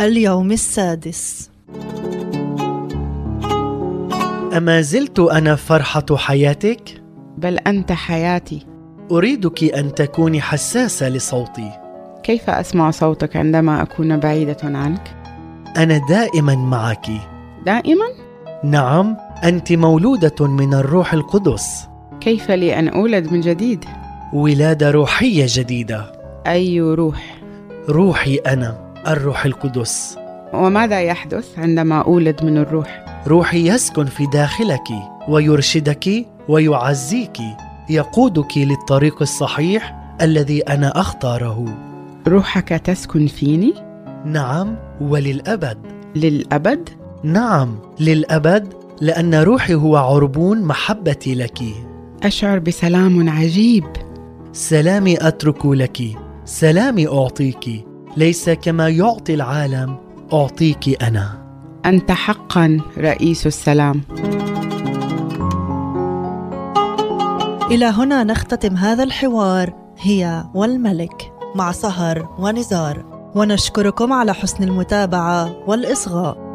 اليوم السادس أما زلت أنا فرحة حياتك؟ بل انت حياتي أريدك أن تكوني حساسة لصوتي، كيف اسمع صوتك عندما اكون بعيده عنك أنا دائما معك. دائما نعم، أنت مولودة من الروح القدس، كيف لي ان اولد من جديد ولادة روحية جديدة، اي روح روحي أنا، الروح القدس. وماذا يحدث عندما اولد من الروح روحي يسكن في داخلك ويرشدك ويعزيك، يقودك للطريق الصحيح الذي أنا أختاره. روحك تسكن فيني نعم وللأبد. للابد نعم للأبد لأن روحي هو عربون محبتي لك اشعر بسلام عجيب سلامي أترك لك سلامي أعطيك ليس كما يعطي العالم أعطيك أنا انت حقا رئيس السلام إلى هنا نختتم هذا الحوار هي والملك مع سهر ونزار ونشكركم على حسن المتابعة والإصغاء